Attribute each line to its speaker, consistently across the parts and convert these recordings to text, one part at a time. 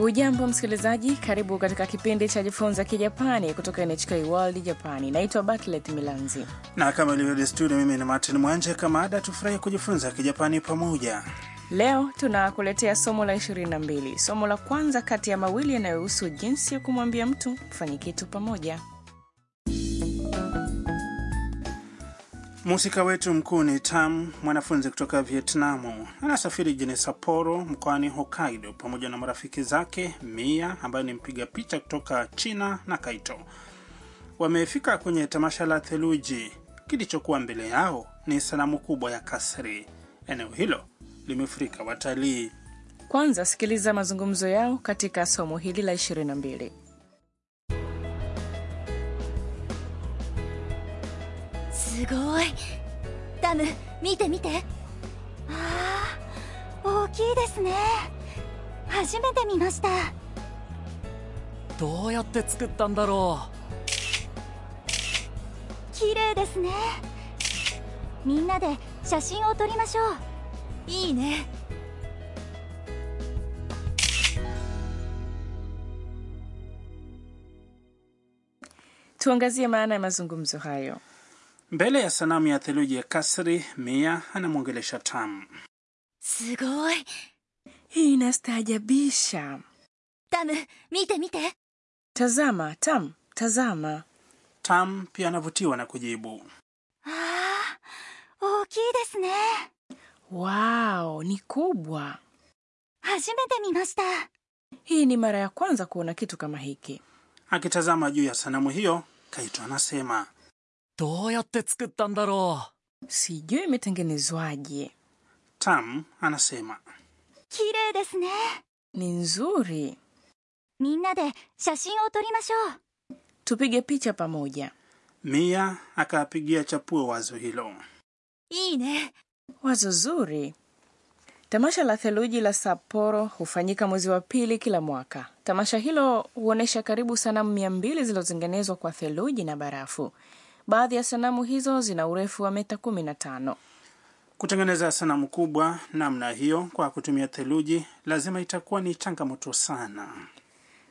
Speaker 1: Ujambo msikilizaji, karibu katika kipindi cha jifunza Kijapani kutoka NHK World Japani. Naitwa Bartlett Milanzi
Speaker 2: na kama ilivyo desturi, mimi ni Martin Mwanje. Kama ada, tufurahi kujifunza Kijapani pamoja.
Speaker 1: Leo tunakuletea somo la 22, somo la kwanza kati ya mawili yanayohusu jinsi ya kumwambia mtu fanye kitu pamoja.
Speaker 2: Mhusika wetu mkuu ni Tam, mwanafunzi kutoka Vietnamu. Anasafiri jijini Sapporo mkoani Hokkaido pamoja na marafiki zake Mia ambaye ni mpiga picha kutoka China na Kaito. Wamefika kwenye tamasha la theluji. Kilichokuwa mbele yao ni sanamu kubwa ya kasri. Eneo hilo limefurika watalii.
Speaker 1: Kwanza sikiliza mazungumzo yao katika somo hili la 22.
Speaker 3: すごいダム見て見てああ大きいですね初めて見ました
Speaker 4: どうやって作ったんだろ
Speaker 3: 綺麗ですねみんなで写真を撮りましょういいね
Speaker 1: tuangazie maana ya mazungumzo hayo
Speaker 2: Mbele ya sanamu ya theluji ya kasri, Mia anamwongelesha Tam.
Speaker 3: すごい
Speaker 1: hii inastaajabisha
Speaker 3: ダム見て見て
Speaker 1: tazama tam tazama
Speaker 2: Tam pia anavutiwa na kujibu.
Speaker 3: ああ大きいですね
Speaker 1: wao ni kubwa
Speaker 3: 初めて見ました
Speaker 1: hii ni mara ya kwanza kuona kitu kama hiki
Speaker 2: Akitazama juu ya sanamu hiyo, Kaito anasema
Speaker 4: どうやって作ったんだろ
Speaker 1: sijui imetengenezwaje
Speaker 2: Tam anasema
Speaker 3: 綺麗ですね
Speaker 1: ni nzuri
Speaker 3: みんなで写真を撮りましょう
Speaker 1: tupige picha pamoja
Speaker 2: Mia akapigia chapuo wazo hilo.
Speaker 3: いいね
Speaker 1: wazo zuri tamasha la theluji la saporo hufanyika mwezi wa pili kila mwaka tamasha hilo huonyesha karibu sanamu mia mbili zilizotengenezwa kwa theluji na barafu baadhi ya sanamu hizo zina urefu wa meta kumi na tano
Speaker 2: Kutengeneza sanamu kubwa namna hiyo kwa kutumia theluji lazima itakuwa ni changamoto sana.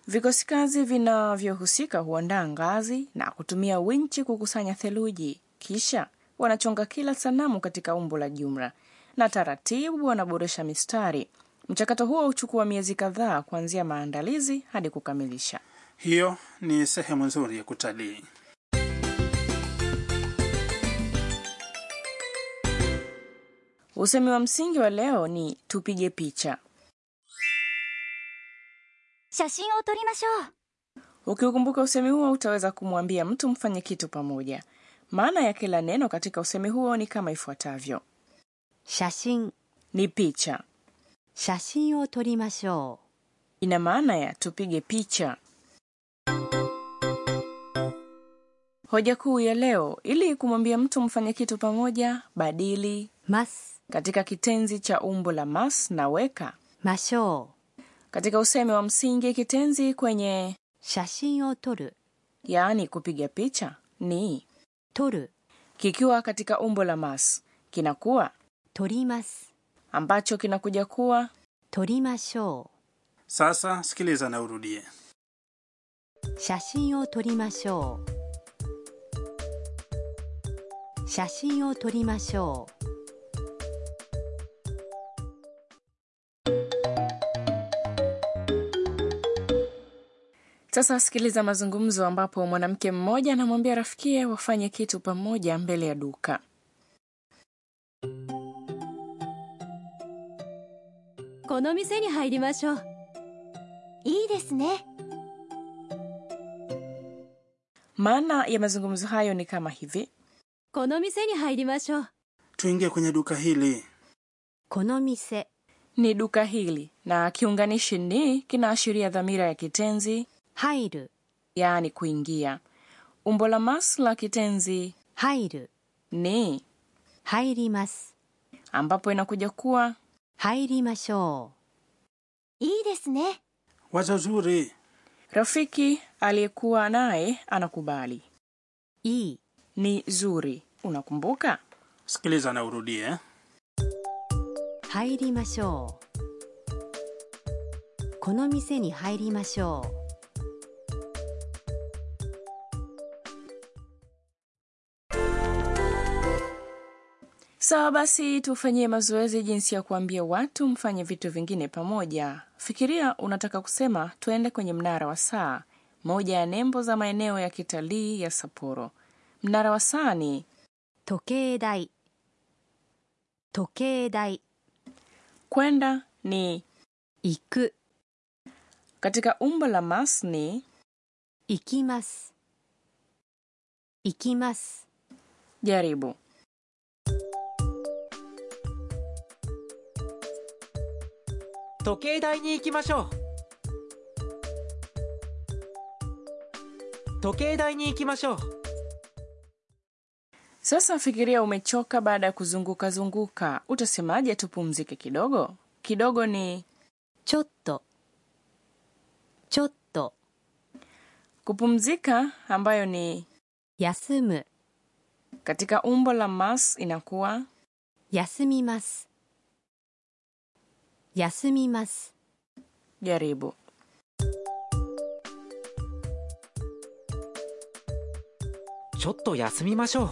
Speaker 1: vikosi kazi vinavyohusika huandaa ngazi na kutumia winchi kukusanya theluji kisha wanachonga kila sanamu katika umbo la jumla na taratibu wanaboresha mistari mchakato huo huchukua miezi kadhaa kuanzia maandalizi hadi kukamilisha
Speaker 2: Hiyo ni sehemu nzuri ya kutalii.
Speaker 1: Usemi wa msingi wa leo ni tupige picha.
Speaker 3: 写真を撮りましょう
Speaker 1: Ukiukumbuka usemi huo, utaweza kumwambia mtu mfanye kitu pamoja. Maana ya kila neno katika usemi huo ni kama ifuatavyo:
Speaker 5: 写真
Speaker 1: ni picha,
Speaker 5: 写真を撮りましょ
Speaker 1: ina maana ya tupige picha. Hoja kuu ya leo, ili kumwambia mtu mfanye kitu pamoja, badili
Speaker 5: うます」
Speaker 1: katika kitenzi cha umbo la mas na weka.
Speaker 5: 「ましょう」
Speaker 1: Katika usemi wa msingi, kitenzi kwenye
Speaker 5: 写真を撮る
Speaker 1: yaani kupiga picha ni
Speaker 5: 撮る
Speaker 1: kikiwa katika umbo la mas kinakuwa
Speaker 5: 撮ります」
Speaker 1: ambacho kinakuja kuwa
Speaker 5: 撮りましょ
Speaker 2: Sasa sikiliza na urudie.
Speaker 5: う写真を撮りましょう写真を撮りましょう
Speaker 1: sasa sikiliza mazungumzo ambapo mwanamke mmoja anamwambia rafikie wafanye kitu pamoja mbele ya duka
Speaker 5: この店に入りましょう
Speaker 3: いいですね
Speaker 1: maana ya mazungumzo hayo ni kama hivi
Speaker 5: この店に入りましょう
Speaker 2: Tuingie kwenye duka hili.
Speaker 5: この店
Speaker 1: ni duka hili na kiunganishi ni kinaashiria dhamira ya kitenzi
Speaker 5: 入る
Speaker 1: yaani kuingia umbo la mas la kitenzi
Speaker 5: 入る
Speaker 1: ni
Speaker 5: 入ります
Speaker 1: ambapo inakuja kuwa
Speaker 5: 入りましょ
Speaker 3: いいですね
Speaker 2: Wazo zuri.
Speaker 1: rafiki aliyekuwa naye anakubali
Speaker 5: ういい
Speaker 1: ni zuri unakumbuka
Speaker 2: Sikiliza na urudie.
Speaker 5: 入りましょうこの店に入りましょ
Speaker 1: Sawa basi, tufanyie mazoezi jinsi ya kuambia watu mfanye vitu vingine pamoja. Fikiria unataka kusema twende kwenye mnara wa saa, moja ya nembo za maeneo ya kitalii ya Sapporo. Mnara wa saa ni
Speaker 5: う時計台時計台
Speaker 1: kwenda ni
Speaker 5: 行く
Speaker 1: katika umbo la mas ni
Speaker 5: 行きます行きます
Speaker 1: jaribu.
Speaker 6: 時計台に行きましょう時計台に行きましょう
Speaker 1: Sasa fikiria umechoka baada ya kuzunguka zunguka, utasemaje tupumzike kidogo? Kidogo ni
Speaker 5: ちょっとちょっと
Speaker 1: kupumzika, ambayo ni
Speaker 5: 休む
Speaker 1: katika umbo la mas inakuwa
Speaker 5: 休みます休みます
Speaker 1: jaribu.
Speaker 6: ちょっと休みましょう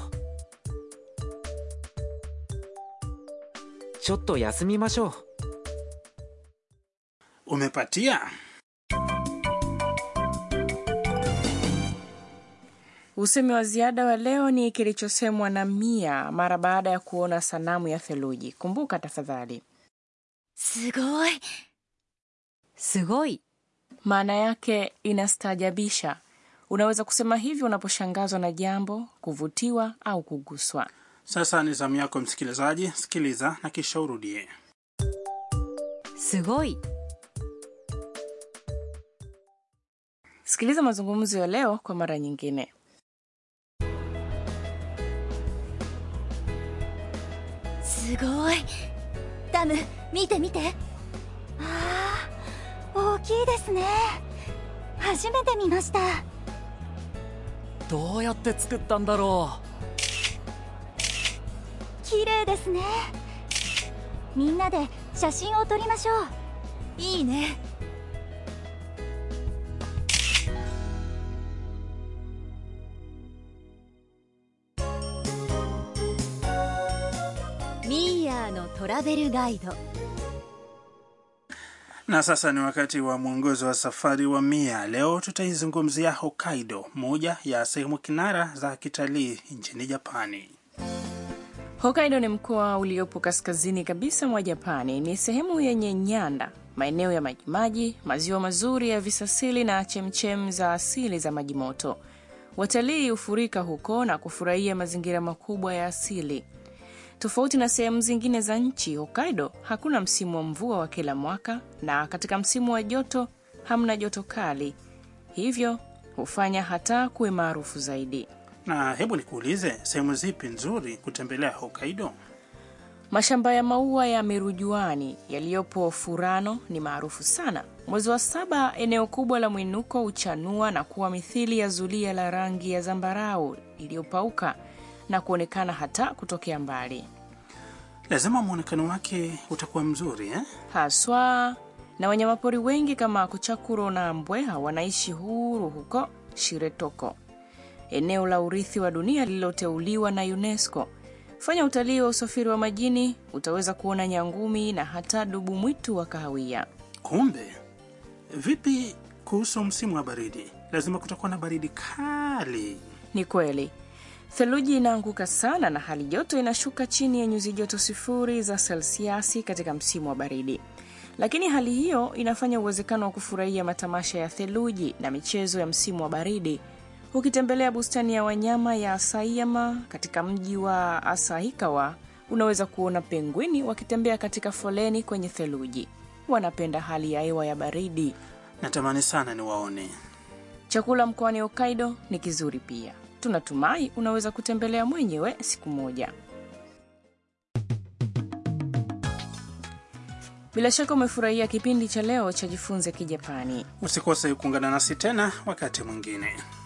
Speaker 6: ちょっと休みましょう
Speaker 2: Umepatia?
Speaker 1: Usemi wa ziada wa leo ni kilichosemwa na Mia mara baada ya kuona sanamu ya theluji. Kumbuka tafadhali,
Speaker 3: すごい
Speaker 5: すごい
Speaker 1: maana yake inastaajabisha. Unaweza kusema hivyo unaposhangazwa na jambo, kuvutiwa au kuguswa.
Speaker 2: Sasa ni zamu yako msikilizaji, sikiliza na kisha urudie.
Speaker 5: すごい
Speaker 1: Sikiliza mazungumzo ya leo kwa mara nyingine.
Speaker 3: すごいダム見て見てああ大きいですね初めて見ました
Speaker 4: どうやって作ったんだろ
Speaker 3: 綺麗ですねみんなで写真を撮りましょういいね
Speaker 5: ミーヤーのトラベルガイド
Speaker 2: Na sasa ni wakati wa mwongozo wa safari wa Mia. Leo tutaizungumzia Hokkaido, moja ya sehemu kinara za kitalii nchini Japani.
Speaker 1: Hokkaido ni mkoa uliopo kaskazini kabisa mwa Japani. Ni sehemu yenye nyanda, maeneo ya majimaji, maziwa mazuri ya visasili na chemchem za asili za maji moto. Watalii hufurika huko na kufurahia mazingira makubwa ya asili. Tofauti na sehemu zingine za nchi, Hokkaido hakuna msimu wa mvua wa kila mwaka, na katika msimu wa joto hamna joto kali, hivyo hufanya hata kuwe maarufu zaidi.
Speaker 2: Na hebu nikuulize, sehemu zipi nzuri kutembelea Hokkaido?
Speaker 1: Mashamba ya maua ya mirujuani yaliyopo Furano ni maarufu sana. Mwezi wa saba, eneo kubwa la mwinuko huchanua na kuwa mithili ya zulia la rangi ya zambarau iliyopauka na kuonekana hata kutokea mbali,
Speaker 2: Lazima mwonekano wake utakuwa mzuri eh?
Speaker 1: haswa na wanyamapori wengi kama kuchakuro na mbweha wanaishi huru huko Shiretoko, eneo la urithi wa dunia lililoteuliwa na UNESCO. Fanya utalii wa usafiri wa majini, utaweza kuona nyangumi na hata dubu mwitu wa kahawia.
Speaker 2: Kumbe vipi kuhusu msimu wa baridi? Lazima kutakuwa na baridi kali.
Speaker 1: Ni kweli theluji inaanguka sana na hali joto inashuka chini ya nyuzi joto sifuri za selsiasi katika msimu wa baridi, lakini hali hiyo inafanya uwezekano wa kufurahia matamasha ya theluji na michezo ya msimu wa baridi ukitembelea bustani ya wanyama ya Asayama katika mji wa Asahikawa. Unaweza kuona pengwini wakitembea katika foleni kwenye theluji. Wanapenda hali ya hewa ya baridi.
Speaker 2: Natamani sana niwaone.
Speaker 1: Chakula mkoani Hokkaido ni kizuri pia. Tunatumai unaweza kutembelea mwenyewe siku moja. Bila shaka umefurahia kipindi cha leo cha Jifunze Kijapani.
Speaker 2: Usikose kuungana nasi tena wakati mwingine.